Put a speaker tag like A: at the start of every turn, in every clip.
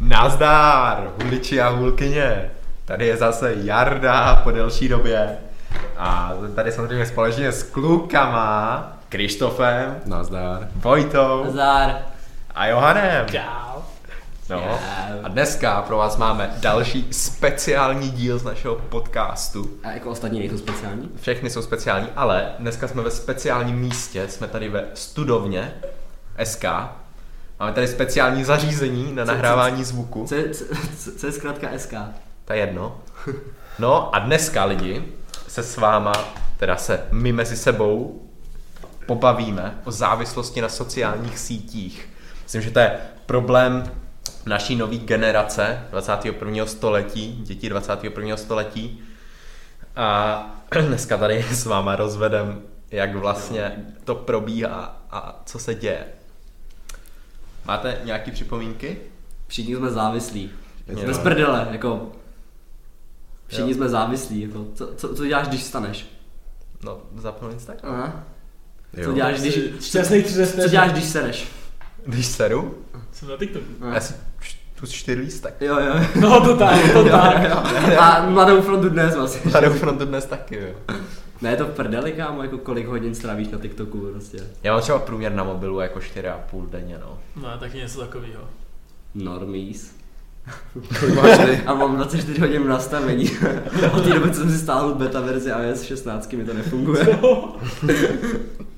A: Nazdár, huliči a hulkyně. Tady je zase Jarda po delší době. A tady samozřejmě společně s klukama, Krištofem,
B: Nazdar.
A: Vojtou
C: Zár.
A: a Johanem.
C: Čau.
A: No. A dneska pro vás máme další speciální díl z našeho podcastu.
C: A jako ostatní nejsou speciální?
A: Všechny jsou speciální, ale dneska jsme ve speciálním místě, jsme tady ve studovně SK. Máme tady speciální zařízení na
C: Co- co-
A: nahrávání zvuku.
C: Co je, co, co- co je zkrátka SK?
A: To je jedno. No a dneska lidi se s váma, teda se my mezi sebou, pobavíme o závislosti na sociálních sítích. Myslím, že to je problém naší nové generace 21. století, děti 21. století. A dneska tady s váma rozvedem, jak vlastně to probíhá a co se děje. Máte nějaké připomínky?
C: Všichni jsme závislí.
A: Jo.
C: Bez prdele, jako. Všichni
A: Jo.
C: jsme závislí, jako. Co, co, co děláš, když staneš?
A: No, zapnu Instagram.
C: Aha. Co
B: Jo.
C: děláš, když...
D: Šťastný 30.
C: Co děláš, když staneš?
A: Když seru,
D: Jsem na TikToku.
A: já si č- tu čtyři lístek.
C: Jo, jo.
D: No to tak, to tak.
C: A mladou frontu dnes vlastně.
A: Tady už to dnes taky, jo.
C: Ne, je to v prdeli, kámo, jako kolik hodin strávíš na TikToku prostě.
A: Já mám třeba průměr na mobilu jako 4,5 denně, no.
D: No, taky něco takového.
C: Normies.
B: Kolik máš ty?
C: A mám 24 hodin v nastavení. Od té doby, co jsem si stáhl beta verzi iOS 16, mi to nefunguje.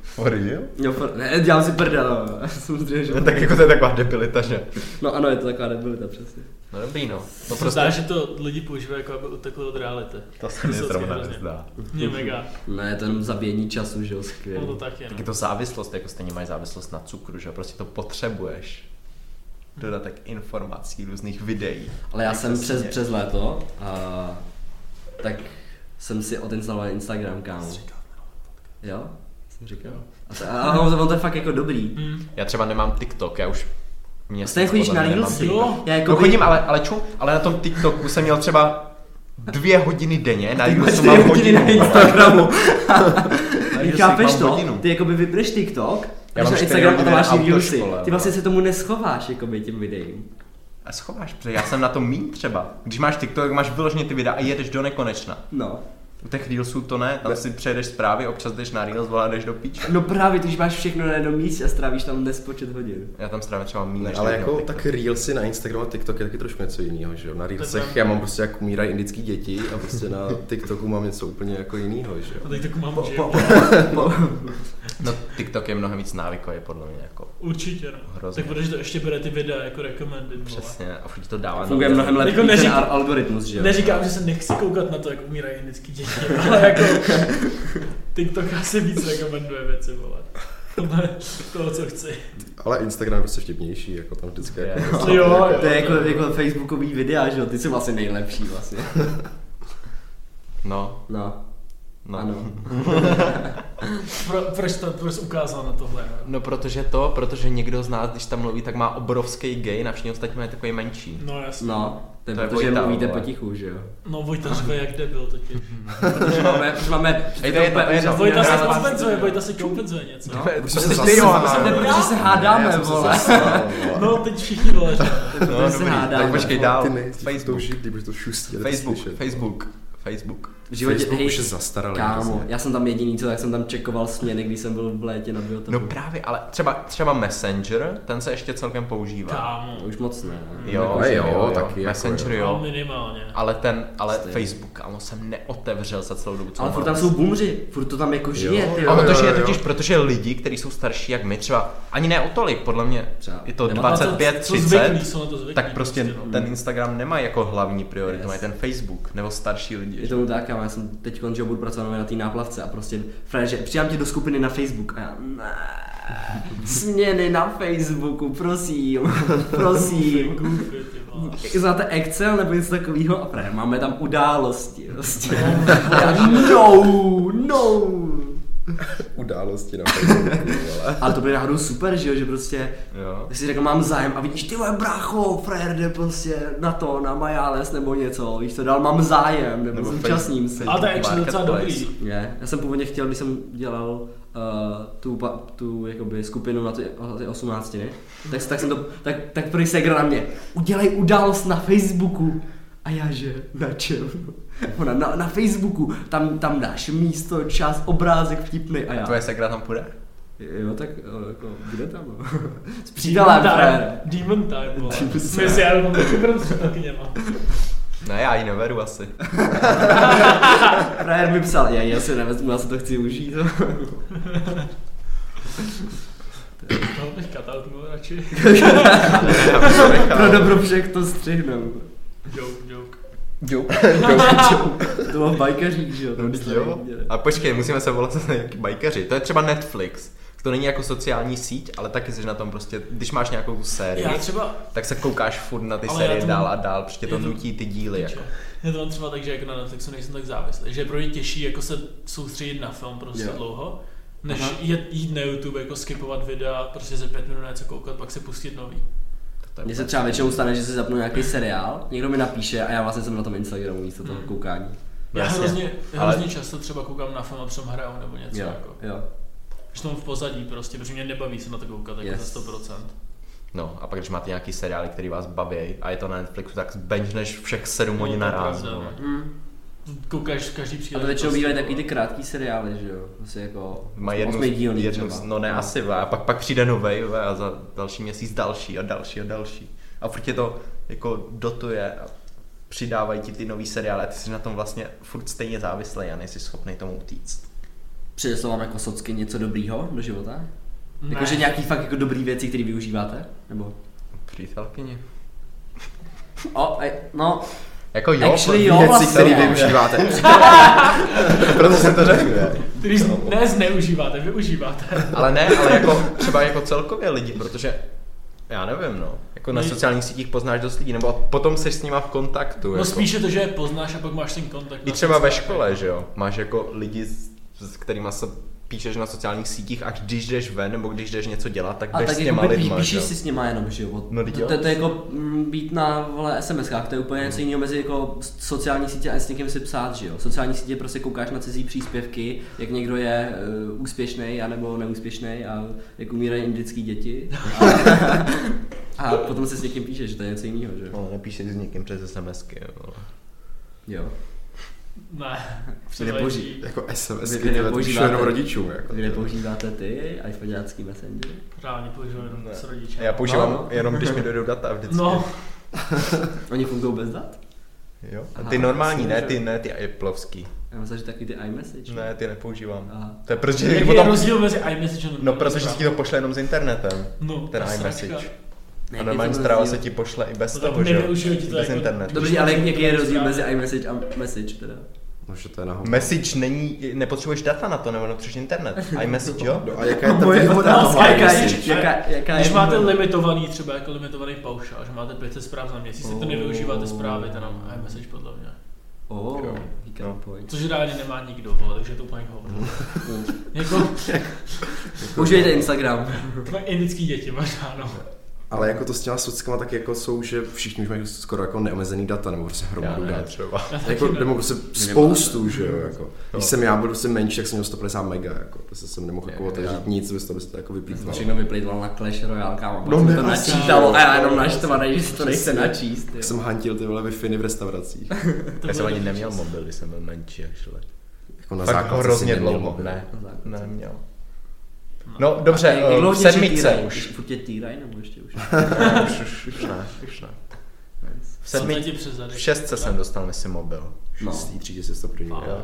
A: For real?
C: Jo, pr- ne, dělám si prdel, no. samozřejmě, že
A: Tak jako to je taková debilita, že?
C: No ano, je to taková debilita, přesně.
A: No dobrý, no.
D: To
A: To
D: prostě... Zdá,
A: prostě...
D: že to lidi používají jako aby utekli od reality.
A: To se
D: To
A: mě
D: se
A: zrovna
D: hrozně.
A: nezdá.
D: Mě mega.
C: Ne, to jenom zabíjení času, že jo,
D: No to
C: skvělý.
D: tak je.
A: Tak je to závislost, jako stejně mají závislost na cukru, že jo? Prostě to potřebuješ. Dodatek informací, různých videí.
C: Ale já
A: Jak
C: jsem
A: se
C: přes,
A: směje.
C: přes léto, a, tak jsem si odinstaloval Instagram, kámo. Jo? Jsem říkal. A to, ale ono, ono to je fakt jako dobrý.
D: Hm.
A: Já třeba nemám TikTok, já už... Mě
C: Stejně chodíš jako na
A: podle mě nemám
C: Reelsy.
A: TikTok.
D: Jo.
C: Já
A: Jako no chodím, ale, ale čum, ale na tom TikToku jsem měl třeba dvě hodiny denně, na Reelsu mám
C: hodiny
A: hodinu.
C: na Instagramu.
A: Na
C: Ty
A: Reelsy
C: chápeš
A: mám
C: to?
A: hodinu.
C: Ty jakoby vypneš TikTok,
A: Já
C: jdeš
A: mám
C: na
A: čtyři
C: Instagram a
A: hodiny
C: tam máš
A: na
C: reelsy.
A: autoškole, no.
C: Ty vlastně se tomu neschováš, jakoby těm videím.
A: A schováš, protože já jsem na tom mín třeba. Když máš TikTok, tak máš vyloženě ty videa a jedeš do nekonečna.
C: No.
A: U těch Reelsů to ne, tam si přejedeš zprávy, občas jdeš na Reels, vole, a jdeš do píče.
C: No právě, když máš všechno na jednom místě a strávíš tam nespočet hodin.
A: Já tam strávím třeba mín.
B: Ne,
A: než
B: ale
A: hodinu
B: jako
A: na
B: tak Reelsy na Instagramu a TikTok je taky trošku něco jiného, že jo? Na Reelsech
D: pravda.
B: já mám prostě jak umírají indický děti a prostě na TikToku mám něco úplně jako jiného, že
D: A
B: jo?
D: teď takovou mám
C: Po,
D: že
C: po, po, po,
A: No TikTok je mnohem víc návykový, podle mě, jako.
D: Určitě no.
A: Hrozně.
D: Tak protože to ještě bere ty videa jako recommended. vole.
A: Přesně, a furt ti to dává.
C: funguje mnohem
D: Jako
C: lepší ten
D: neřík-
C: ar- algoritmus, že jo?
D: Neříkám, že se nechci koukat na to, jak umírají indický děti, ale jako TikTok asi víc rekomenduje věci, vole. Podle toho, co chci.
B: Ale Instagram je prostě vtipnější, jako tam vždycky
A: Je.
B: jako...
D: Jo, jo,
C: To je jako,
D: jo.
C: jako facebookový videa, že jo? Ty jsou vlastně nejlepší vlastně.
A: No,
C: No,
A: no.
C: ano.
D: Pro, proč to proč jsi ukázal na tohle? no?
A: No protože to, protože někdo z nás, když tam mluví, tak má obrovský gay, na všichni ostatní mají takový menší.
D: No jasně. No,
C: No, to je
A: To je
C: protože
A: Vojta,
C: mluvíte
A: vole.
C: potichu, že jo?
D: no Vojta řve jak debil totiž.
C: Protože máme, protože máme...
A: Ej, to je jedno, to je vlastně- jedno.
D: Vojta se
A: Já vás-
D: kompenzuje, Vojta se kompenzuje něco.
C: No.
A: To
B: Prostě
A: jsi
B: se
A: ty,
B: zasral,
A: Johan.
B: ne?
C: Protože se hádáme, vole.
D: No, teď všichni vole. řveme.
A: No,
C: protože se
A: dobrý, tak
C: hádáme.
A: počkej dál.
B: Ty nejsi
A: Facebook.
B: to žít, protože to šustí. ale to
A: Facebook,
B: slyšet.
A: Facebook, Facebook.
C: V životě,
B: Facebook
C: hej,
B: už je zastaralý. prostě.
C: Kámo,
B: hrozně.
C: já jsem tam jediný co, tak jsem tam čekoval směny, když jsem byl v létě na biotopu.
A: No právě, ale třeba, třeba Messenger, ten se ještě celkem používá.
D: Kámo.
C: No,
D: no,
C: Už moc ne.
A: Jo,
B: Ale jo, taky jako
A: Messenger
B: jo.
A: jo.
D: Minimálně.
A: Ale ten, ale
C: Stejně.
A: Facebook, kámo, jsem neotevřel za celou dobu, co
C: Ale
A: mám.
C: furt tam jsou bumři, furt to tam jako žije, ty
B: jo,
A: Ono
C: vole.
A: to žije
B: jo, jo.
A: totiž, protože lidi, kteří jsou starší jak my, třeba ani ne o tolik, podle mě
C: Třeba
A: je to
C: nemá-
D: co-
A: 25,
D: co zvyklí,
A: 30,
D: jsou na to zvyklí.
A: tak prostě
D: no.
A: ten Instagram nemá jako hlavní prioritu,
C: Yes.
A: mají ten Facebook, nebo starší lidi.
C: Je
A: že?
C: tomu tak, já jsem teď že budu pracovat nově na té náplavce a prostě frér, že přidám tě do skupiny na Facebook a já ne, směny na Facebooku, prosím, prosím.
D: Goofy, ty vole.
C: Znáte Excel nebo něco takového? A právě máme tam události. Prostě. Já, no, no.
B: události na Facebooku, vole.
C: Ale to by náhodou super, že jo, že prostě
A: Jo.
C: tak si řekl, mám zájem a vidíš, ty vole, brácho, frajer jde prostě na to, na Majáles nebo něco, víš to, dal mám zájem, nebo,
A: Nebo
C: nebo
A: Face-
C: zúčastním se.
D: Ale to je actually docela
A: Marketplace.
D: dobrý.
C: Je. Já jsem původně chtěl, když jsem dělal uh, tu, pa- tu jakoby, skupinu na ty, ty osmnáctiny, tak, tak jsem to, tak, tak prý se na mě, udělej událost na Facebooku. A já že, na čem? Ona, na, na Facebooku, tam, tam dáš místo, čas, obrázek vtipný a já.
A: Tvoje sekra tam půjde?
C: Jo, tak eh, jako, bude tam. no. S přídalem,
D: Demon
C: frajer.
D: Time, Demon Time, vole.
C: Demon Time.
D: Jsme si album taky prostě taky nemá.
A: Ne, já ji neberu asi.
C: Frajer mi psal, já, já si nevezmu, já si to chci užít.
D: Toho bych katal, to bylo radši.
A: Já bych to nechal.
C: Pro dobro všech to střihnem.
D: Joke, joke.
A: Jo.
C: To bylo v bajkařích, že jo? tam
D: Prostě
C: jsme
A: No, jo.
C: viděli.
A: A počkej, musíme se volat zase nějaký bajkaři. To je třeba Netflix. To není jako sociální síť, ale taky jsi na tom prostě, když máš nějakou tu sérii,
D: Já třeba,
A: tak se koukáš furt na ty
D: Ale
A: série
D: já to mám-
A: dál a dál, protože to
D: já to-
A: nutí ty díly. Jako.
D: já to mám třeba tak, že jako na Netflixu nejsem tak závislý, že je pro ně těžší jako se soustředit na film prostě
C: Jo.
D: dlouho, než
C: Aha.
D: jít, jít na YouTube, jako skipovat videa, prostě ze pět minut na něco koukat, pak se pustit nový.
A: To je
C: Mně se
A: úplně-
C: třeba většinou stane, že si zapnu nějaký seriál, někdo mi napíše a já vlastně jsem na tom Instagramu místo toho
A: Mm.
C: koukání.
D: Já
A: Jasně,
D: hrozně, já
A: ale-
D: hrozně často třeba koukám na film a přem hraju nebo něco,
C: Jo,
D: jako.
C: jo.
D: Že to mám v pozadí prostě, protože mě nebaví se na to koukat jako
C: Yes.
D: za 100%.
A: No, a pak když máte nějaký seriály, který vás baví a je to na Netflixu, tak benžneš všech 7 hodin
D: No, to je
A: naraz.
D: pravda,
A: vole.
D: no. Koukáš každý
C: A
D: příležitost.
C: to většinou bývají takový ty krátký seriály, že jo? Vlastně jako
A: Má jednu,
C: osmidílný
A: jednu
C: třeba.
A: no ne, asi, vole, a pak, pak přijde novej vole, a za další měsíc další a další a další. A furt tě to jako dotuje a přidávají ti ty nový seriály a ty jsi na tom vlastně furt stejně závislý a nejsi schopný tomu utíct.
C: Přineslo vám jako socky něco dobrýho do života?
D: Ne.
C: Jakože nějaký fakt jako dobrý věci, které využíváte? Nebo?
A: Přítelkyně.
C: O, e, no,
A: Jako jo,
C: Actually
A: pro-
C: jo,
B: Věci,
C: vlastně.
B: které využíváte. Proto jsem to řekl, ne?
D: Když ne zneužíváte, využíváte.
A: ale ne, ale jako třeba jako celkově lidi, protože já nevím, no. Jako na
D: Nej-
A: sociálních sítích poznáš dost lidí, nebo potom jsi s nima v kontaktu.
D: No
A: jako.
D: spíše to, že je poznáš a pak máš ten kontakt.
A: I
D: na
A: třeba ve
D: Facebooku.
A: škole, že jo? Máš jako lidi, s- s kterými se píšeš na sociálních sítích a když jdeš ven nebo když jdeš něco dělat, tak
C: a
A: jdeš
C: tak
A: s
C: jako
A: těma
C: by pí,
A: lidma, že
C: píšeš
A: jo?
C: si s nima jenom, že jo?
A: No,
C: to, to, to, je jako mm, být na vole, SMS-kách, to je úplně něco
A: Mhm.
C: jiného mezi jako sociální sítě a s někým si psát, že jo? Sociální sítě prostě koukáš na cizí příspěvky, jak někdo je uh, úspěšný anebo neúspěšný a jak umírají indický děti. A, a potom se s někým píšeš, že to je něco jiného, že jo?
A: No, nepíšeš s někým přes SMSky, jo.
C: Jo.
D: Ne.
C: Vy nepouží-
B: Jako SMSky,
C: Vy- vy
B: ty vole, to píšu
C: nepoužíváte-
B: jenom rodičům. Jako.
C: Vy nepoužíváte ty iPhoneácký messenger?
D: Reálně používám jenom
A: Ne.
D: s rodičem.
A: Já používám
C: No, no.
A: jenom, když mi dojdou data vždycky.
D: No,
C: Oni fungují bez dat?
A: Jo. A
C: Aha,
A: ty normální,
C: jasně,
A: ne
C: že-
A: ty, ne ty Appleovský.
C: Já myslím, že taky ty iMessage.
A: Ne, ty nepoužívám.
C: Aha.
A: To je proč, že
D: jaký
A: potom...
D: je rozdíl mezi iMessage a
A: No, protože si ti to pošle jenom z internetem.
D: No,
A: Ten
D: ta sračka.
A: iMessage. A
C: Ne, jaký
A: normální
C: No, je to
A: zpráva
C: rozdíl?
A: se ti pošle i bez
D: To tam
A: toho, že jo?
D: nevyužiju ti to
A: Bez
D: jako-
A: internetu.
C: Dobře, ale jak- jaký je rozdíl mezi iMessage a message teda?
B: No, že to je na hovno.
A: Message není, nepotřebuješ data na to, nebo nepotřebuješ internet. iMessage, jo?
B: No a jaká je ta
C: Moje
B: výhoda
C: otázka
B: toho
D: je,
C: jaká je,
B: iMessage?
C: jaká, jaká
D: Když
C: je
D: máte
C: výhoda?
D: limitovaný, třeba jako limitovaný paušál, že máte 500 zpráv za měsíc, tak to nevyužíváte zprávy, ten nám iMessage podle mě.
C: Oh,
A: Jo.
C: výkon
A: No.
C: point.
D: Což reálně nemá nikdo, vole, takže je to úplně hovno. jako,
C: Používejte Instagram.
D: třeba indický děti možná, no.
B: Ale jako to s těma sockama tak jako jsou, že všichni už mají skoro jako neomezený data, nebo prostě
A: Já
B: hromadu
A: ne,
B: dat.
A: třeba.
B: Jako, nebo prostě spoustu, že jo, jako. Když jsem já byl prostě menší, tak jsem měl 150 mega, jako. Prostě jsem nemohl jako
C: Já-
B: otevřít nic, bez toho, to jako vyplýtval.
C: Všechno vyplýtval na Clash Royale, kámo.
B: No,
C: No, to
B: ne, asi.
C: načítalo a já jenom naštvaný, že si to nechce
B: Přesně.
C: načíst.
B: Tak
C: jo.
B: jsem hantil ty vole wi v restauracích.
D: To
A: Já jsem
D: bylo
A: ani
D: dobrý
A: neměl
D: čas.
A: mobil, když jsem byl menší, actually.
B: Jako na
A: Fakt
B: základce
A: hrozně
B: jsem neměl
A: dlouho,
B: mobil.
A: ne.
C: Na základce.
A: Neměl.
D: No.
A: No dobře,
C: A jak- jak
A: eh,
C: dlouho
A: v
C: tě ještě
A: sedmice
C: týrají?
A: už.
C: Furt tě týrají nebo ještě už?
A: Ne, už, už, už ne, už ne.
C: Nice.
A: V,
D: Jsem
A: sedmi,
D: tady přes zadek.
A: v šestce jsem dostal, myslím, mobil.
B: Z
C: No.
B: té třídy se to první.
D: Fakt.
A: Jo,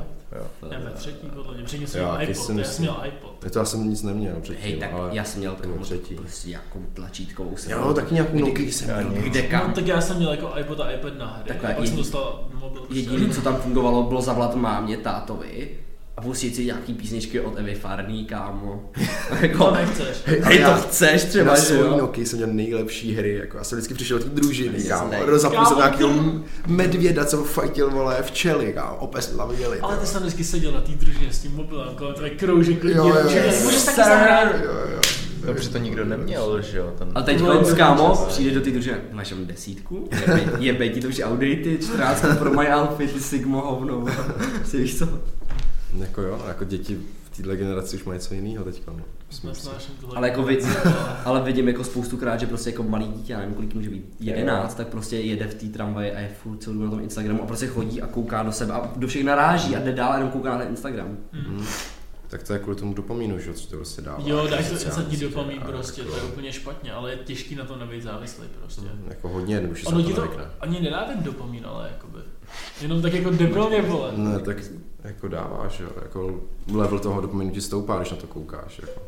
A: jo.
D: Ne, ve třetí, podle mě. Předtím jsem
B: Já
D: měl
B: taky
D: iPod,
B: jsem
D: já
B: si-
D: jsem měl iPod.
B: Ne, To já jsem nic neměl předtím,
C: Hej, tak
B: ale...
C: já jsem měl
B: Nebo
C: kámo,
B: třetí.
C: prostě jakou tlačítkovou jsem.
B: Jo, taky nějakou Nokia jsem
A: Já
B: měl.
A: nic.
C: Kde
D: No,
C: kam?
D: tak já jsem měl jako iPod a iPad na hry.
C: Takhle,
D: a pak jsem
C: jediný-
D: dostal mobil. prostě.
C: Jediné, co tam fungovalo, bylo zavolat mámě, tátovi a pustit si nějaký písničky od Evy Farný, kámo. Jako,
D: To nechceš.
C: Hej,
B: já-
C: to chceš
B: na
C: třeba, že
B: svojí
C: jo?
B: Noky jsem měl nejlepší hry, jako já jsem vždycky přišel do té družiny,
C: Jasně.
B: kámo, rozapnul
D: Kámo,
B: jsem nějakého
D: ty-
B: m- medvěda, co fajtil, vole, včely, kámo, opes lavěli.
D: Ale ty jsi tam vždycky seděl na té družině s tím mobilem, kolem tvé kroužek lidí,
B: Jo, jo,
D: že
B: jo.
D: můžeš taky
C: Sir.
D: zahrát.
A: Dobře, to nikdo neměl, že jo? Ten...
C: A teď
D: No,
C: konc,
D: to je
C: kámo,
D: čas.
C: přijde do té družiny, máš tam desítku? Jebe- Jebe ti to, že outdated, 14 pro my outfit, ty sigmo hovno, si víš co?
B: Jako jo, jako děti v této generaci už mají něco jiného teďka, no.
D: Jsme snášem tohle.
C: Ale jako vidím, ale vidím jako spoustu krát, že prostě jako malý dítě, já nevím kolik může být, 11, tak prostě jede v té tramvaji a je furt celou dobu na tom Instagramu a prostě chodí a kouká do sebe a do všech naráží a jde dál a jenom kouká na Instagram.
B: Tak to je kvůli tomu dopamínu, že jo, co to prostě dává.
D: Jo, dáš to
B: Sociální
D: sadí
B: sítě
D: dopamin
B: a jako-
D: prostě,
B: tak
D: to je
B: jo.
D: úplně špatně, ale je těžký na to nebejt závislý prostě.
B: Jako hodně jednoduše
D: Ono ti to
B: navykne.
D: ani nedá ten dopamin, ale jakoby. Jenom tak jako debilně, vole.
B: Ne, tak jako dáváš, jo, jako level toho dopaminu ti stoupá, když na to koukáš, jako.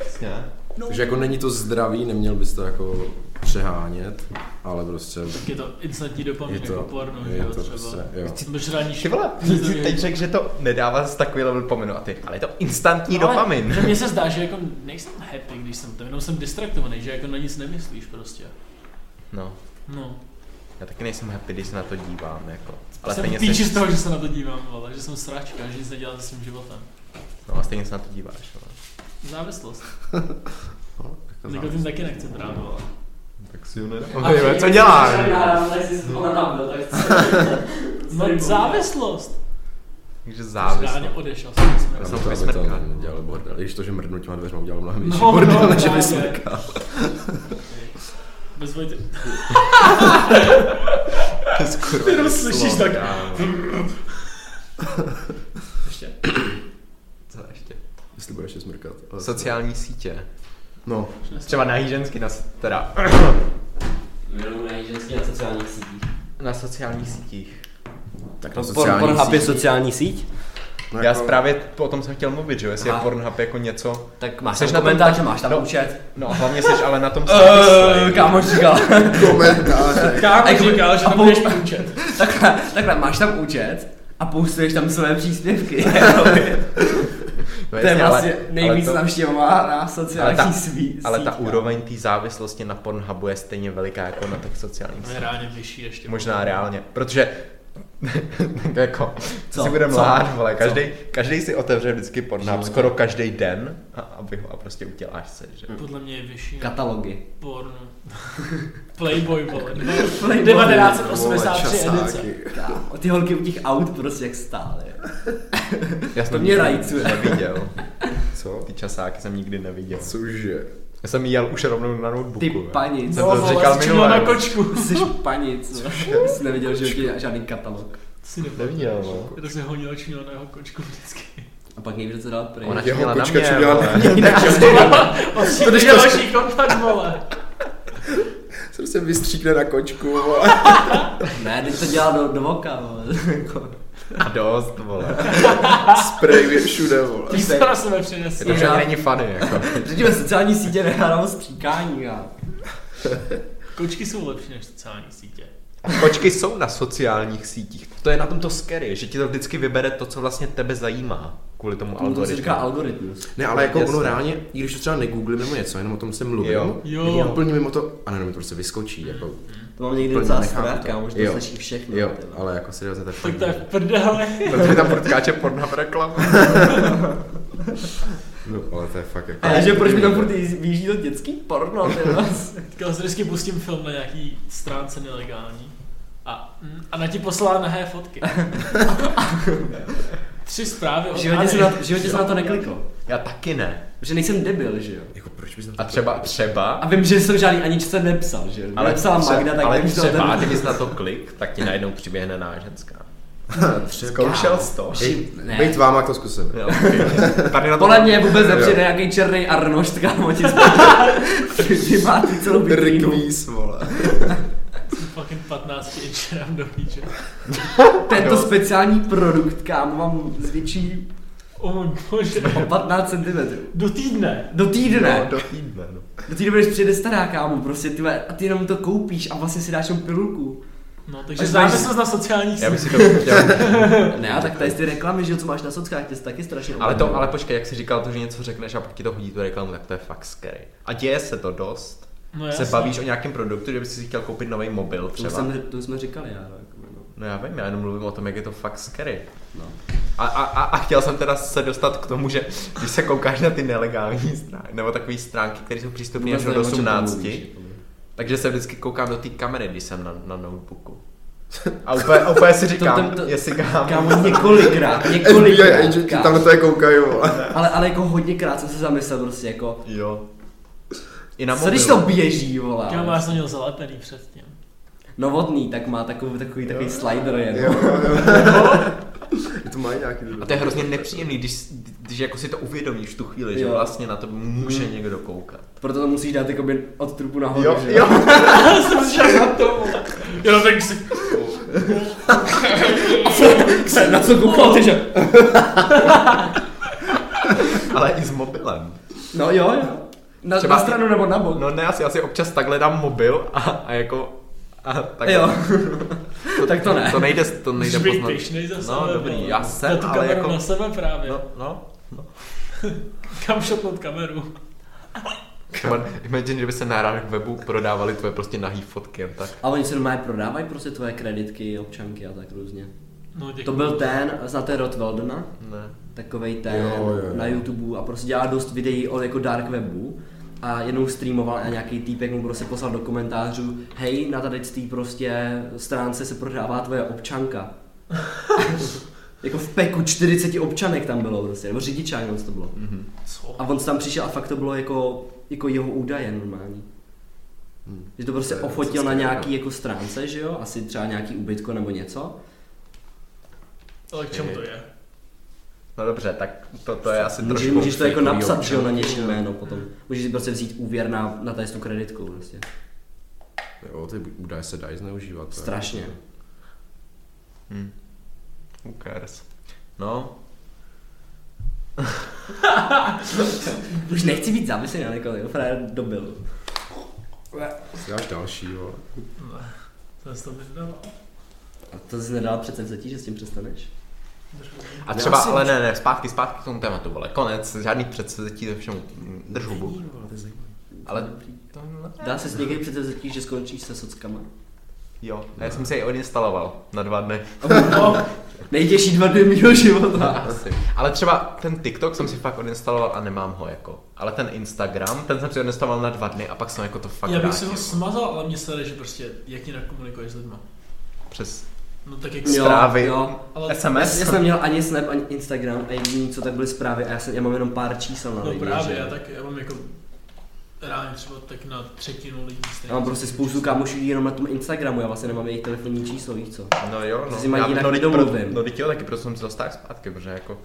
A: Přesně.
D: No.
B: Takže jako není to zdravý, neměl bys to jako přehánět, ale prostě
D: Tak je to instantní dopamin
B: je
D: jako
B: to,
D: porno, že
B: je
D: jo,
B: to
D: třeba.
B: prostě, jo.
D: Možrání
A: Ty vole, ty jsi teď řekl, že to nedává z takový level pominu a ty, ale je to instantní
D: Ale
A: dopamin.
D: Že mně se zdá, že jako nejsem happy, když jsem tam, jenom jsem distraktovaný, že jako na nic nemyslíš prostě.
A: No,
D: No,
A: já taky nejsem happy, když se na to dívám, jako. Ale
D: ale jsem
A: stejně
D: píči
A: se,
D: z toho, že se na to dívám, vole, že jsem sračka, že nic nedělám se svým životem.
A: no, a stejně se na to díváš, ale.
D: Závislost.
B: Jako
D: Nikotin taky nechce brát, vole.
A: Tak si ho
D: nedávej.
A: co dělá?
D: No závislost.
A: Takže
D: Závislost.
A: závislost.
D: odešel jsem. jsme-
A: Já
B: Aby
A: jsem
B: to, aby to
A: vysmrkal.
B: nedělal bordel. Když to, že mrdnu těma dveřma udělal mnohem větší
D: No,
B: no, bordel,
D: no,
B: než
D: právě.
B: by smrkal.
D: Bez Vojty.
A: To je kurva
D: Jenom slyšíš
A: slovo,
D: tak.
A: kámo.
D: Ještě.
A: Co ještě?
B: Jestli budeš je smrkat. ale-
A: Sociální sítě.
B: No,
A: Třeba na žensky, na, s- teda
C: Jenom na sociálních sítích.
A: na sociálních sítích.
B: tak na
C: Por,
B: no, sociální
C: Pornhub je
B: síti.
C: sociální síť?
B: No,
A: Já
B: jako-
A: právě o tom jsem chtěl mluvit, že jo, jestli je
C: Aha.
A: Pornhub jako něco,
C: Tak máš
A: Jseš
C: tam
A: na tom-
C: komentáře, máš tam
A: no.
C: účet.
A: no a hlavně jsi ale na tom jako
C: Eh,
A: závislý.
C: Kámoš říkal.
B: Komentáře.
D: Kámo
C: Jakoby-
D: říkal, že
C: a
D: tam
C: pou-
D: budeš půjčet.
C: takhle, takhle, máš tam účet a postuješ tam své příspěvky.
A: No
C: to je
A: jasně, ale-
C: vlastně nejvíc
A: ale to-
C: navštěvovaná na
A: ale ta,
C: sociální svý-
A: ale ta
C: síť, kámo.
A: úroveň té závislosti na Pornhubu je stejně veliká jako na těch sociálních
D: On No je
A: sítích.
D: reálně vyšší ještě.
A: Možná reálně, protože tak jako, co
C: Co?
A: si budeme
C: Co?
A: lhát, vole,
C: Co?
A: každý, každý si otevře vždycky Pornhub,
C: Životě.
A: skoro každý den a, aby ho, a prostě uděláš se, že?
D: Podle mě je vyšší.
C: Katalogy.
D: Porno. Playboy, vole.
C: Playboy.
D: 1983
B: Vole,
D: edice.
B: časáky.
C: Kámo, ty holky u těch aut prostě jak stály.
A: Já jsem
C: To mě
A: nikdy
C: rajcuje.
A: Neviděl.
B: Co?
A: Ty časáky jsem nikdy neviděl.
B: Cože?
A: Já jsem jí jel už rovnou na notebooku.
C: Ty
A: jo.
C: panic.
A: Jsem
D: No,
A: to
D: vole,
A: říkal
D: střílel
A: minule.
D: na kočku.
C: Jsi panic, no. Jsi neviděl, že je žádný katalog.
D: Si
A: Neviděl, no.
D: Já to se honil a činil na jeho kočku vždycky.
C: A pak někdo to dal pryč.
A: Ona
B: Jeho
A: čuměla na
B: kočka
A: mě,
B: čuměla
A: vole.
B: na mě.
D: Očí to je další kontakt, vole.
B: Jsem se vystříkne na kočku. vole.
C: Ne, teď to dělá do, do oka, vole.
A: A dost, vole.
B: Spray je všude, vole.
D: Ty se na sebe přinesl.
A: Je to, že
C: Já-
A: není funny, jako.
C: Předtím sociální sítě nehrávalo stříkání a...
D: Kočky jsou lepší než sociální sítě.
A: Počky jsou na sociálních sítích. To je na tom to scary, že ti to vždycky vybere to, co vlastně tebe zajímá. Kvůli
B: No,
A: tomu
C: Tomu to se
A: algoritmu.
C: říká algoritmus.
B: Ne, ale jako
A: Jasně.
B: ono reálně, i když to třeba negooglím nebo něco, jenom o tom se mluvím,
A: Jo.
D: Jo.
B: tak úplně mimo to, a nevím, to prostě vyskočí, jako,
C: To mám někdy
B: Úplně
C: docela
B: nechápu
C: strach,
B: to.
C: kámo, že
B: Jo.
C: to slyší všechno.
B: jo,
C: ty vole.
B: ale jako seriózně, tak
D: Tak to je v prdele.
A: Protože tam potkáče porna v reklamu.
B: No, ale to je fakt jako...
C: A já, že proč mi tam furt vyjíždí to dětský porno, ty vole?
D: Teďka si vždycky pustím film na nějaký stránce nelegální. A, mm, a na ti poslala nahé fotky. Tři zprávy
C: V
D: od
C: životě
D: Anny.
C: jsem na, v životě jsem na to neklikl.
A: Já taky ne.
C: Protože nejsem debil, že jo?
B: Jako proč bys na to...
A: A třeba, třeba,
C: A vím, že jsem žádný ani číslo nepsal, že jo? Ale psala
A: tře-
C: Magda, tak
A: ale
C: vím, že to
A: třeba,
C: ten...
A: kdybys na to klik, tak ti najednou přiběhne náženská.
B: třeba...
A: Zkoušel jsi to?
B: Hej,
C: Ne.
B: Bejt váma, jak to zkusím.
A: Jo, okay. Tady na to...
C: Podle mě vůbec nepřijde nějaký černý Arnošt, kámo, ti z- vymátí celou
B: Rick
C: bitvínu.
B: Weiss, vole.
D: Fucking 15 inčerám do píče.
C: Tento speciální produkt, kámo, mám zvětší
D: O můj bože.
C: o 15 cm.
D: Do týdne.
C: Do týdne.
A: No, do týdne, no.
C: Do týdne, když přijde stará, kámo, prostě ty vole, a ty jenom to koupíš a vlastně si dáš jenom pilulku.
D: No, takže známe se na sociálních
A: Já
D: sítích.
A: bych si to chtěl.
C: Ne, a No, tak tady ty reklamy, že jo, co máš na sockách, ty jsi taky strašně
A: Ale, to,
C: ovlivňují.
A: ale počkej, jak jsi říkal to, že něco řekneš a pak ti to hodí tu reklamu, tak to je fakt scary. A děje se to dost.
D: No,
A: No,
D: jasně.
A: se bavíš o nějakém produktu, že bys si chtěl koupit nový mobil
C: To už,
A: třeba.
C: jsem, to už jsme říkali, já, no, jako, no.
A: No já vím, já jenom mluvím o tom, jak je to fakt scary.
C: no.
A: A, a, a, a chtěl jsem teda se dostat k tomu, že když se koukáš na ty nelegální stránky, nebo takové stránky, které jsou přístupné až
C: Vůbec
A: do
C: nevím, o čem
A: 18,
C: mluvíš, jako.
A: takže se vždycky koukám do té kamery, když jsem na, na notebooku. A úplně, a úplně si říkám,
C: to- to-
A: jestli kámo,
C: Kámo, několikrát,
B: FBI
C: několikrát,
B: agenti tam na
C: kámo.
B: to je koukají, vole.
C: ale, ale jako hodněkrát jsem se zamyslel prostě jako,
A: Jo. I na
C: co když to běží, vole.
D: Kámo, já jsem měl zalepený předtím.
C: Novotný, tak má takový, takový, takový slider jen.
B: Jo, jo. To mají nějaký
A: A to je hrozně nepříjemný, když, když jako si to uvědomíš v tu chvíli, že
C: Jo. Hmm.
A: vlastně na to může někdo koukat.
C: Proto to musíš dát jakoby od trupu nahoru,
B: Jo,
C: že
B: jo.
D: Já jsem si šel na to, vole. Jo, tak si...
C: Se na co koukal, ty že?
A: Ale i s mobilem.
C: No jo, jo. Na,
A: Třeba-
C: na stranu nebo na bok.
A: No ne, asi, asi občas takhle dám mobil a, a jako... A tak,
C: jo. Tak to ne.
A: To nejde, to nejde
D: Musíš být pyšnej za
A: poznat.
D: sebe,
A: No dobrý,
D: vole.
A: já jsem,
D: Na tu
A: ale
D: kameru
A: jako...
D: na sebe právě.
A: No, no. no.
D: Kam šopnout kameru?
A: Imagine, že by se na ránek webu prodávali tvoje prostě nahý fotky jen tak.
C: A oni se normálně prodávají prostě tvoje kreditky, občanky a tak různě.
D: No, děkuji.
C: To byl ten, znáte Rotweldena?
A: Ne.
C: Takovej ten
B: Jo, jo, jo.
C: na YouTube a prostě dělá dost videí o jako dark webu. A jednou streamoval a nějaký týpek mu prostě poslal do komentářů Hej, na tady té prostě stránce se prodává tvoje občanka. jako v peku 40 občanek tam bylo prostě, nebo řidičák moc to bylo.
B: Mhm.
D: Co?
C: A on tam přišel a fakt to bylo jako, jako jeho údaje normální.
B: Hmm.
C: Že to prostě
B: To je
C: ofotil
B: docela
C: na
B: skvělé. no.
C: nějaký jako stránce, že jo? Asi třeba nějaký ubytko nebo něco.
D: Ale k čemu to je?
A: No dobře, tak to, to je asi
C: Můžeš,
A: trošku...
C: můžeš to jako
A: fake
C: napsat,
A: občan.
C: že jo, na něčí jméno potom. Můžeš si prostě vzít úvěr na, na tady tu kreditku prostě.
B: Jo, ty údaje se dají zneužívat. to je-
C: Strašně.
A: Hm. Who cares? No,
C: Už nechci být závislý na někoho, jako frajer dobil.
B: Děláš další, vole.
D: To jsi to vydal?
C: A to jsi nedal přece vzetí, že s tím přestaneš?
A: A
B: Já
A: třeba,
B: si-
A: ale ne, ne, zpátky, zpátky k tomu tématu, vole, konec, žádný předsvědčí to všemu, mm, drž hubu. Ale to ne.
C: Dá se s někdy přece vzetí, že skončíš se sockama.
A: Jo, a já jsem si je odinstaloval na dva dny.
C: No, nejtěžší dva dny mýho života.
A: No, Asi. Ale třeba ten TikTok jsem si fakt odinstaloval a nemám ho jako. Ale ten Instagram, ten jsem si odinstaloval na dva dny a pak jsem jako to fakt
D: Já bych
A: vrátil.
D: si ho smazal, ale mně se jde, že prostě, jak jinak komunikuješ s lidma.
A: Přes
D: No tak jak
C: Jo,
A: zprávy,
C: jo.
D: Ale-
A: SMS.
C: Já jsem měl ani Snap, ani Instagram a jediný, co tak byly zprávy a já, jsem, já mám jenom pár čísel na
D: No
C: lidi,
D: právě,
C: že?
D: já tak, já mám jako reálně třeba tak na třetinu lidí stejně.
C: Já mám prostě spoustu kámošů jenom na tom Instagramu, já vlastně nemám jejich telefonní číslo, víš co.
A: No jo, no.
C: si mají jinak
A: no, teď pro,
C: domluvím.
A: no, teď jo, taky proto jsem se dostal zpátky, protože jako...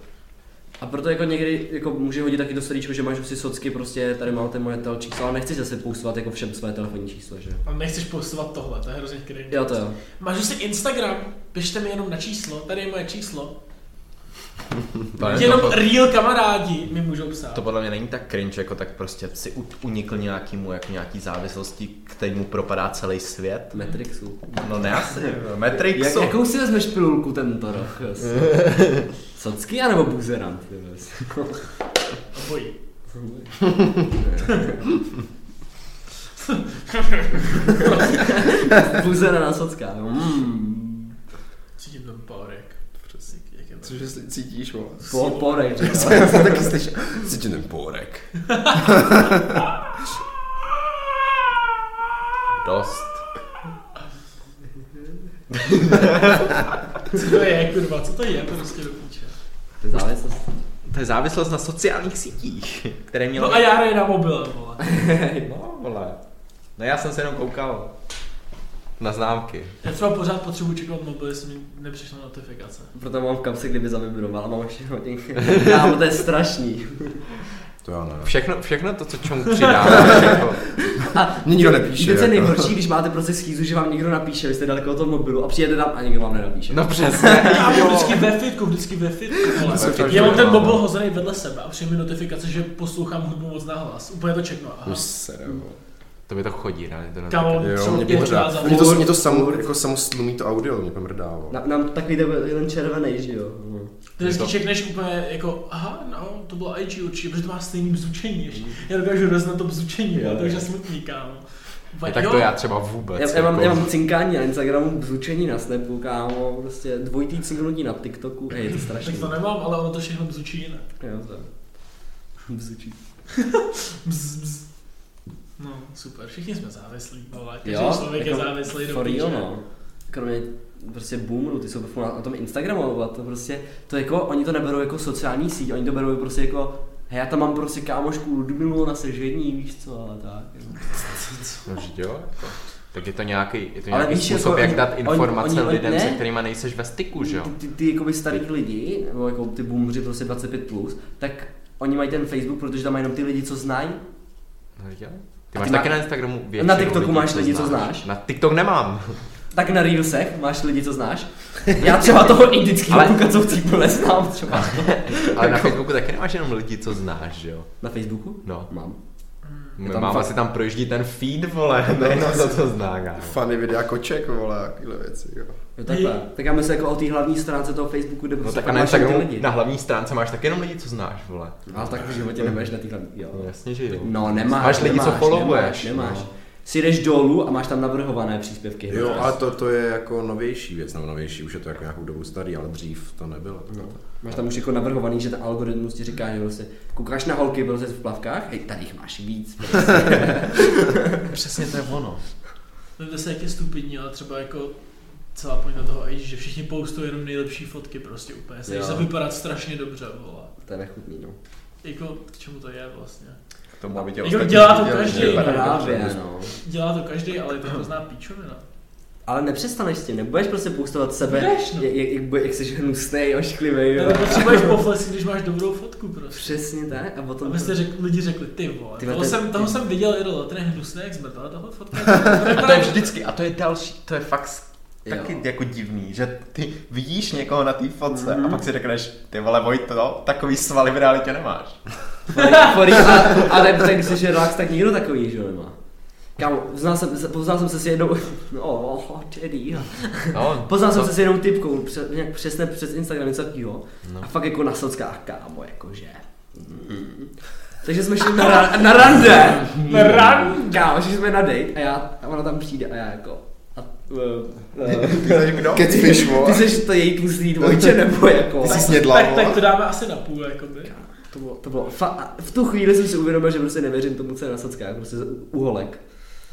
C: A proto jako někdy jako může hodit taky to srdíčko, že máš už si socky, prostě tady máte moje tel číslo, ale nechci zase postovat jako všem své telefonní číslo, že?
D: A nechceš postovat tohle, to je hrozně cringe.
C: Jo to jo.
D: Máš si Instagram, pište mi jenom na číslo, tady je moje číslo.
A: To, je-
D: jenom
A: to,
D: real kamarádi mi můžou psát.
A: to, podle mě není tak cringe, jako tak prostě si u- unikl nějakýmu, jako nějaký závislosti, který mu propadá celý svět.
C: Matrixu.
A: No ne asi, Matrixu.
C: Jak, jakou si vezmeš pilulku tento rok? Socky anebo buzerant? ty vez?
D: Obojí.
C: Buzerant na socká. Mm.
D: Cítím ten párek. Přesně, jak je
B: Cože si cítíš, vole?
C: Po, porek, že? jo?
B: Já jsem taky slyšel. Cítím ten pórek.
A: Dost.
D: Co to je, kurva, co to je prostě do píče?
C: To je závislost.
A: To je závislost na sociálních sítích, které mělo...
D: No a já rej na mobilem, vole.
A: No, vole. No já jsem se jenom koukal na známky.
D: Já třeba pořád potřebuji čekat mobil, jestli mi nepřišla notifikace.
C: Proto mám v kapse, kdyby zavibroval a mám ještě hodně. Kámo, to je strašný.
B: To já ne.
A: Všechno, všechno to, co čemu přidáváš, jako...
C: A
B: Nikdo nepíše,
C: Víte, co je
B: jako.
C: nejhorší, když máte prostě schýzu, že vám někdo napíše, vy jste daleko od toho mobilu a přijede tam a nikdo vám nenapíše.
A: No přesně.
D: Já mám vždycky ve fitku, vždycky ve fitku, vole.
B: Ve fitku,
D: Já mám ten
B: no.
D: mobil hozený vedle sebe a přijde mi notifikace, že poslouchám hudbu moc nahlas. Úplně to čekno, aha.
B: Už se, jo.
A: To mi to chodí, ne? To na
D: Kámo,
B: Jo,
D: jsou
B: mě to
D: odrázal.
B: mrdá. Mě to, mě to samo, jako samo slumí to audio, mě to mrdálo.
C: Na, nám takový ten, ten červený, že jo. No.
D: To
A: Je
D: vždycky
A: to-
D: čekneš úplně jako, aha, no, to bylo IG určitě, protože to má stejný bzučení ještě. Já dokážu roznat to bzučení,
C: Jo,
D: jo, to už
C: jo.
D: je smutný, kámo.
A: je,
D: Úplně,
A: tak
D: jo,
A: to já třeba vůbec.
C: Já, já, mám,
A: jako.
C: já mám cinkání na Instagramu, bzučení na Snapu, kámo, prostě dvojitý cinknutí na TikToku, hej, je to strašný.
D: Tak to nemám, ale ono to všechno bzučí jinak.
C: Jo, to. Bzučí.
D: Bz, bz. No, super, všichni jsme závislí, vole. Každý
C: Jo,
D: člověk je
C: jako
D: závislý do
C: For real,
D: píče.
C: no. Kromě prostě boomeru, ty jsou furt na, na tom Instagramu, a to prostě, to jako, oni to neberou jako sociální síť, oni to berou prostě jako, hej, já tam mám prostě kámošku Ludmilu na sežení, víš co, a tak. Jako.
A: No, vždyť jo, jako. Tak je to nějaký, je to
C: Ale
A: nějaký
C: víš,
A: způsob,
C: jako
A: jak
C: oni-
A: dát informace
C: oni- oni-
A: lidem,
C: ne? Mm.
A: se kterými nejseš ve styku, že jo?
C: Ty, ty, ty jakoby starý lidi, nebo jako ty boomři prostě 25+, plus, tak oni mají ten Facebook, protože tam mají jenom ty lidi, co znají.
A: No, vždyť jo.
C: A ty
A: Ty máš
C: má-
A: taky na Instagramu většinu
C: Na TikToku
A: lidí,
C: máš lidi, co znáš?
A: Na TikTok nemám.
C: Tak na Reelsech máš lidi, co znáš. Já třeba toho indického Ale...
A: Ale-
C: kluka, co v týpu neznám třeba.
A: Ale na Facebooku taky nemáš jenom lidi, co znáš, že jo?
C: Na Facebooku?
A: No.
C: Mám.
A: My
B: Je tam
A: máma
B: fakt-
A: si tam projíždí ten feed, vole, ne, no, to, co zná, kámo.
B: Funny videa koček, vole, takovýhle věci, jo.
C: Jo, takhle. Tak já myslím jako o té hlavní stránce toho Facebooku, kde
A: No
C: prostě
A: tak a
C: pak
A: na
C: máš jenom ty
A: Instagramu,
C: lidi.
A: na hlavní stránce máš taky jenom lidi, co znáš, vole.
C: Ale tak v životě nebudeš na té hlavní, jo.
A: No, jasně, že jo.
C: No nemáš,
A: Máš lidi, co
C: nemáš,
A: followuješ,
C: Nemáš, nemáš.
A: no.
C: Si jdeš dolů a máš tam navrhované příspěvky.
B: Jo, ale to, to je jako novější věc, nebo novější, už je to jako nějakou dobu starý, ale dřív to nebylo. No.
C: Máš tam už jako navrhovaný, že ten algoritmus ti říká, že prostě koukáš na holky prostě v plavkách, hej, tady jich máš víc.
A: Přesně to je ono.
D: Nevím se, jak je stupidní, ale třeba jako celá pointa toho IG, že všichni postují jenom nejlepší fotky prostě úplně. Snaží
C: Jo.
D: se vypadat strašně dobře, vole.
C: to je nechutný, no.
D: Jako, k čemu to je vlastně?
A: To má být
D: Jako dělá to každý.
C: Právě, no.
D: Dělá to každý, ale je to hrozná píčovina.
C: Ale nepřestaneš s tím, nebudeš prostě postovat sebe,
D: Budeš, no.
C: jak, jak, jak, bude- jak jsi hnusnej, ošklivý, jo.
D: Nebo potřebuješ poflesy, když máš dobrou fotku prostě.
C: Přesně tak, a potom...
D: Abyste řekli, lidi řekli, ty vole,
C: Ty
D: toho,
C: vole,
D: jsem,
C: ty-
D: toho jsem viděl, je to ten je hnusný, jak zmrt, ale tohle fotka je to
A: A to je vždycky, a to je další, to je fakt
C: Jo.
A: taky jako divný, že ty vidíš někoho na té fotce
D: Mhm.
A: a pak si řekneš, ty vole Vojto, takový svaly v realitě nemáš.
C: Forý, a, a ten, ten, když je relax, tak nikdo takový, že jo, nemá. Kámo, poznal jsem, poznal jsem se s jednou, no, tedy,
A: No,
C: Poznal jsem se s jednou typkou, pře, nějak přesně přes Instagram něco takového. No. A fakt jako na sockách, kámo, jakože. Mm. Takže jsme šli na, ra- na rande.
D: Na rande.
C: Kámo, šli jsme na date a já, a ona tam přijde a já jako. A, uh, uh,
A: Jsi kdo?
B: Catfish,
C: ty
B: vole.
C: jsi to její tlustý dvojče nebo jako.
B: Ty jsi snědla,
D: tak, tak
B: vole.
D: to dáme asi na půl, jakoby.
C: To bylo, to bylo fa- a v tu chvíli jsem si uvědomil, že prostě nevěřím tomu, co je na sockách, prostě uholek.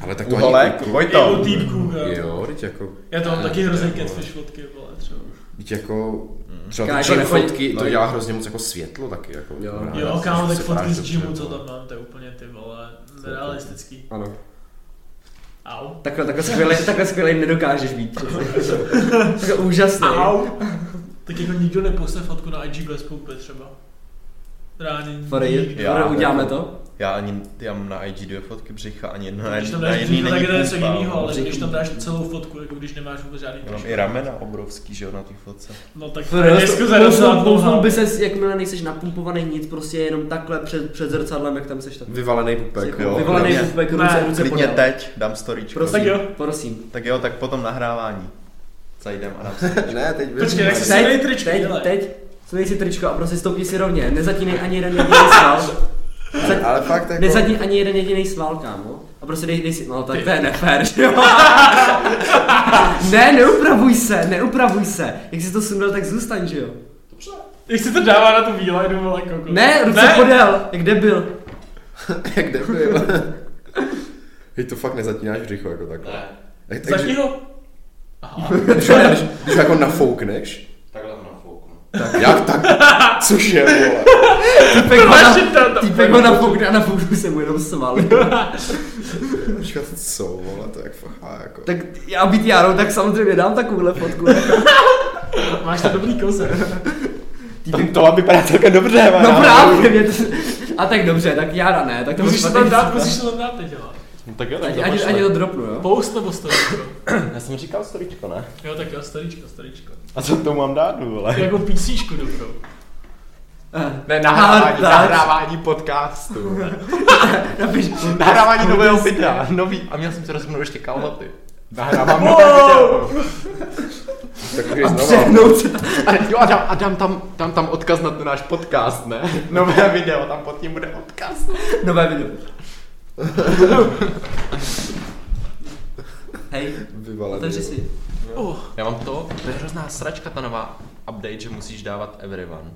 B: Ale tak to
A: Uholek,
B: ani...
D: Je u
A: Vojto.
D: týpků, Jako jo.
B: Jo, teď jako...
D: Já to mám
B: Ne,
D: taky hrozný
B: vole.
D: catfish fotky, vole, třeba.
B: Teď jako... Třeba
C: Kámo,
B: ty čili
C: jako chodí-
B: fotky, to
A: no.
B: dělá hrozně moc jako světlo taky, jako.
C: Jo.
B: Ráda,
D: Jo,
B: se-
D: kámo, tak
B: se
D: fotky
B: páš
D: z
B: dobře,
D: gymu, co
B: vole.
D: tam mám, to je úplně ty vole, nerealistický.
C: Ano.
D: Au.
C: Takhle, takhle skvělej, takhle skvělej nedokážeš být. Takhle úžasný.
D: Au. Tak jako nikdo nepostne fotku na IG bez pumpy třeba. Ráně
C: Forej,
D: nikdo.
A: Já,
C: forej, udělám
A: ne.
C: to.
A: Já ani, já mám na IG dvě fotky břicha, ani jedna,
D: Když tam
A: No, na
D: dáš
A: jedný
D: břicho, tak
A: není
D: je to něco
A: pumpa.
D: jiného, ale
C: Břicho.
D: když tam dáš celou fotku, jako když nemáš vůbec
B: No,
D: žádný
A: Já mám
D: pršek.
A: i ramena obrovský, že jo, na té fotce.
D: No tak to je diskuze docela
C: Poznal poznal
D: dlouhá.
C: by ses, jakmile nejseš napumpovaný nic, prostě jenom takhle před, před zrcadlem, jak tam seš tak.
B: Vyvalený pupek, jo.
C: Vyvalený
A: Ne.
C: pupek,
D: Ne.
C: ruce, ruce
A: Klidně
C: podal.
A: teď dám storíčko.
C: Prosím,
D: Tak jo.
C: prosím.
A: Tak jo, tak potom nahrávání. Zajdem a dám storíčko.
B: Ne, teď
D: Počkej, tak si dej
C: Teď,
D: tričko,
C: teď,
D: dělej.
C: teď. Sundej si tričko a prostě stoupni si rovně. Nezatínej ani jeden jediný sval. Zat-
B: Ale fakt jako...
C: Nezadní ani jeden jediný sval, kámo. A prostě dej, dej si, no tak to je nefér, že jo? ne, neupravuj se, neupravuj se. Jak jsi to sundal, tak zůstaň, že jo?
D: Jak se to dává na tu výledu, vole, koko.
C: Ne, ruce podél, jak debil.
B: Jak debil. Hej, to fakt nezatínáš břicho jako takhle.
A: Ne,
B: Tak,
D: Zatím
B: takže,
D: ho. Aha.
B: když, když, když jako nafoukneš,
A: takhle ho nafouknu.
B: tak jak tak? Což je, vole.
C: Týpek ho,
D: Proč to-
C: na,
D: to-
C: týpek ho nafoukne a nafouknu se mu jenom svaly.
B: Říkat, co, vole, to je jak fakt, a jako.
C: tak já být Jarou, tak samozřejmě dám takovouhle fotku.
D: Máš to dobrý koze.
B: Tam to vypadá celkem dobře,
C: no právě, mě to... A tak dobře, tak Jara ne, tak to
D: Musíš to
C: bude
D: tam
C: špatný
D: dát,
C: příklad.
D: musíš to tam dát teď, jo.
A: No tak jo,
C: Ani, ani, ani to dropnu, jo?
D: Post nebo storíčko?
A: Já jsem říkal storíčko, ne?
D: Jo, tak jo, storíčko, storíčko.
A: A co to mám dát, vole?
D: Jako písničku dobrou.
C: Eh,
A: Ne, nahrávání,
C: Hard touch.
A: nahrávání podcastu.
C: Napiš,
A: Nahrávání nového videa, nový. A měl jsem si rozhodnout ještě kalhoty. Nahrávám nové
D: Wow!
A: video.
B: Takový
C: a
D: no.
B: znovu.
C: přehnout se tam.
A: A, jo, a, dám, a dám, tam, dám tam odkaz na ten náš podcast, ne? Nové video, tam pod tím bude odkaz.
C: Nové video. Hej,
B: Vyvalený.
C: otevři si.
D: Uh.
A: Já mám to, to je hrozná sračka ta nová update, že musíš dávat everyone.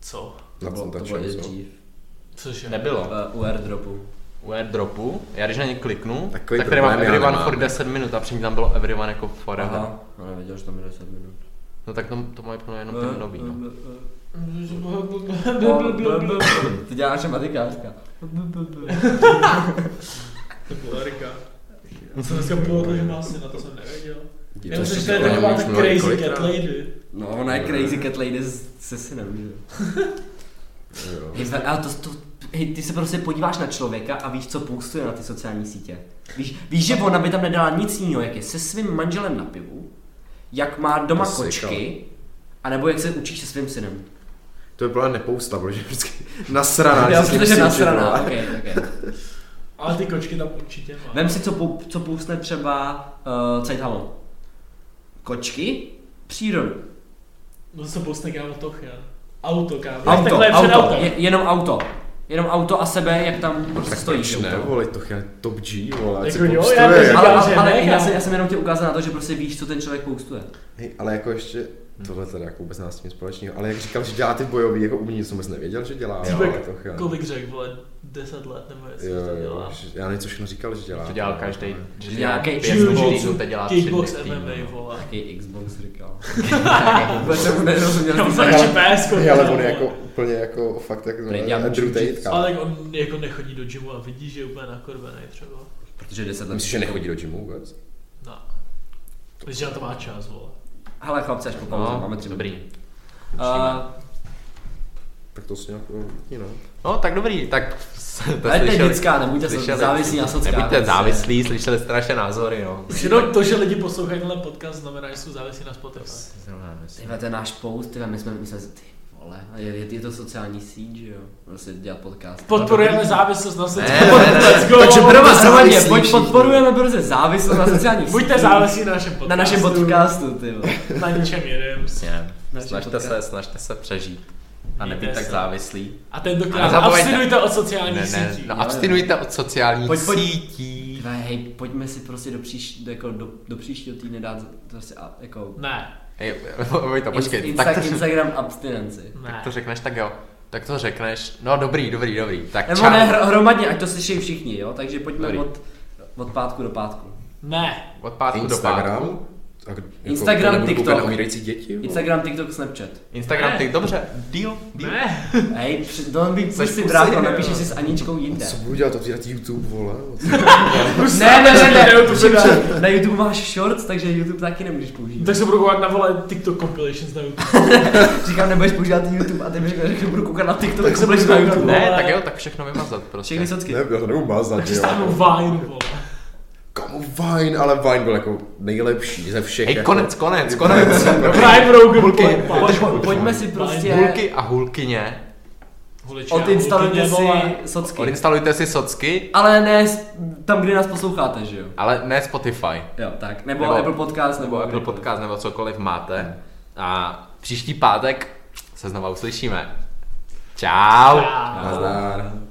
D: Co?
B: Na
C: To bylo-
B: tom
C: to bylo i
B: tačem,
C: dřív.
D: Což je?
A: Nebylo.
C: Eh, U airdropu.
A: U airdropu, já když na ně kliknu,
B: Takový
A: tak tady mám
B: problém já
A: everyone
B: nemám.
A: for 10 minut a předtím tam bylo everyone jako forever.
C: Aha, no nevěděl, že tam je 10 minut.
A: No tak to, to mají plno jenom
C: Eh,
A: ten nový. No.
C: To dělá naše matikářka.
D: To byla Erika. Já jsem dneska půl roku, že má syna, to jsem nevěděl.
B: Ti
D: Já myslím, že
B: si
D: to je
B: podle mě
D: taková
B: už
D: ta
B: mluvili
D: crazy
B: kolikrát.
D: cat lady.
C: No, ona je crazy cat lady s- se synem, že?
B: Jo.
C: Hej, ve- ale to, to, hej, ty se prostě podíváš na člověka a víš, co postuje na ty sociální sítě. Víš, víš že ona by tam nedala nic jiného, jak je se svým manželem na pivu, jak má doma
B: To
C: to
B: sykal.
C: kočky, anebo jak se učí se svým synem.
B: To by byla nepousta, protože vždycky nasraná. když
C: Jo,
B: se s ním
C: protože
B: syču,
C: nasraná,
B: vole.
C: okay, okay.
D: Ale ty kočky tam určitě má.
C: Vem si, co, pou, co poustne třeba uh, Cajtalo. Kočky, přírodu.
D: No se pousne kámo toch, já. Auto, kámo. Jak
C: Auto,
D: Takhle je před
C: auto,
D: autem.
C: je, jenom auto. Jenom auto a sebe, jak tam prostě
B: Tak
C: stojíš.
B: stojíš,
C: u
B: ne,
C: toho.
B: vole, to je top G, vole, ať
D: Jako
B: se
D: jo, já
B: povstane,
D: bych
B: jako.
D: říkal,
C: Ale,
D: Já,
C: ale,
D: že
C: ale
D: ne,
C: já,
D: já.
C: jsem, já jsem jenom tě ukázal na to, že prostě víš, co ten člověk poustuje.
B: Hej, ale jako ještě, tohle teda jako vůbec nás s tím společného, ale jak říkal, že dělá ty bojový, jako umění, jsem vůbec nevěděl, že dělá,
D: Ty
B: ale
D: bek-
B: to chvíle.
D: Kolik řek, vole, 10 let nebo jestli
B: Jo,
D: to
B: jo,
D: dělá.
B: že- já nevím, co všechno říkal, že dělá.
A: To dělal každý.
C: Že dělá
A: pět
C: kickbox,
A: týdnů, teď dělá tři
D: Kickbox
A: dny v týdnu,
D: MMA,
A: no.
D: vole.
C: Taky Xbox říkal. Vůbec jsem mu nerozuměl.
D: Tam
C: ty
D: se
C: vole.
D: ještě PS
B: Hej, ale on je jako úplně jako fakt jak
C: Prý dělá
B: Andrew Tate,
C: jiu-jitsu.
B: kámo.
D: Ale tak on jako nechodí do gymu a vidí, že je úplně nakorvený třeba.
C: Protože 10 let.
B: Myslíš, že nechodí do gymu vůbec?
D: No. Myslíš, že na to má čas, vole.
C: Hele chlapci, až po pauze, máme
A: No,
C: tři minuty. Eh,
A: dobrý.
C: Uh,
B: Tak to si nějak, you know.
A: No, tak dobrý, tak s- to
C: Ale to je
A: slyšeli-
C: dětská, nebuďte
A: slyšeli-
C: závislí na sociálních
A: Nebuďte
C: sítích.
A: závislí, slyšeli jste naše názory, no.
D: Už jenom to, že lidi poslouchají tenhle podcast, znamená, že jsou závislí na Spotify.
A: Zrovna
C: ty
A: nemyslím.
C: vole, to je náš post, ty vole, my jsme, my jsme, ty vole, je, je, je to sociální síť, že jo? Prostě dělat podcast.
D: Podporujeme závislost na sociálních
A: Ne, ne, ne, ne.
D: Let's go!
B: Takže
C: Prvo
B: Buďte
C: zároveň,
B: závislí
C: pojď
B: všichni.
C: podporujeme prostě závislost na sociálních
D: Buďte
C: sítích.
D: závislí na našem podcastu.
C: Na našem podcastu, ty vole.
D: Na ničem jiném.
A: Přesně.
C: Naši
A: Snažte
C: podcast.
A: se, snažte se přežít. A nebýt
D: Mějte
A: tak
D: se.
A: závislí.
D: A
A: A
D: tentokrát
A: nezapomeňte.
D: abstinujte od sociálních
A: Ne, ne,
D: sítí.
A: no abstinujte od sociálních
C: Pojď, pojď.
A: sítí.
C: Tyhle, hej, pojďme si prostě do, příš, do, jako, do, do příštího týdne dát prostě a, jako
D: Ne,
A: Hej, Vojto, počkej,
C: Insta-
A: tak to,
C: Instagram abstinenci.
D: ne.
A: tak to řekneš, tak jo. Tak to řekneš, no dobrý, dobrý, dobrý, tak
C: Nebo
A: čau.
C: ne, hro- hromadně, ať to slyší všichni, jo? Takže pojďme
A: Dobrý.
C: od, od pátku do pátku.
D: Ne.
A: Od pátku do pátku.
B: Instagram? A kdo- jako
C: Instagram,
B: to nebudu koukat na
C: TikTok.
B: Umírající děti? vole.
C: Instagram, TikTok, Snapchat.
A: Instagram,
D: Ne.
A: ty dobře, deal, deal.
D: Ne.
C: Hej, při- don't be pussy,
A: pussy,
C: brácho,
A: jo.
C: napíši si s Aničkou jinde.
B: Co budu dělat, otvírat YouTube, vole?
C: Ne, ne, ne,
D: Videu,
C: ne,
D: to
C: počkej,
D: přidám.
C: na YouTube máš shorts, takže YouTube taky nemůžeš použít.
D: Tak se budu koukat na vole TikTok compilations na YouTube.
C: Říkám, nebudeš používat YouTube a ty mi řekl, že budu koukat na TikTok,
D: Tak
C: tak
D: se
C: se
D: budeš
C: budeš na
D: koukat.
C: YouTube.
A: Ne, tak jo, tak všechno vymazat prostě.
C: Všechny socky.
B: Ne, já to nebudu mazat,
D: Takže
B: jo.
D: stáhnu Vine, vole.
B: Kamu Vine, ale Vine byl jako nejlepší ze všech.
A: Hej,
B: jako,
A: konec, konec, konec.
D: Prime Rogan, vole.
C: Pojď- Pojďme si prostě
A: Hulky a hulkyně.
D: Hulička,
C: odinstalujte
D: hulkyně,
C: si
D: vole.
C: socky.
A: Odinstalujte si socky,
C: Ale ne s- tam, kde nás posloucháte, že jo?
A: ale ne Spotify.
C: Jo, tak. Nebo,
A: Nebo-
C: Apple Podcast, nebo,
A: Nebo Apple
C: kdekoliv.
A: Podcast, nebo cokoliv máte. A příští pátek se znova uslyšíme. Čau.
D: Čau.
B: Nazdar.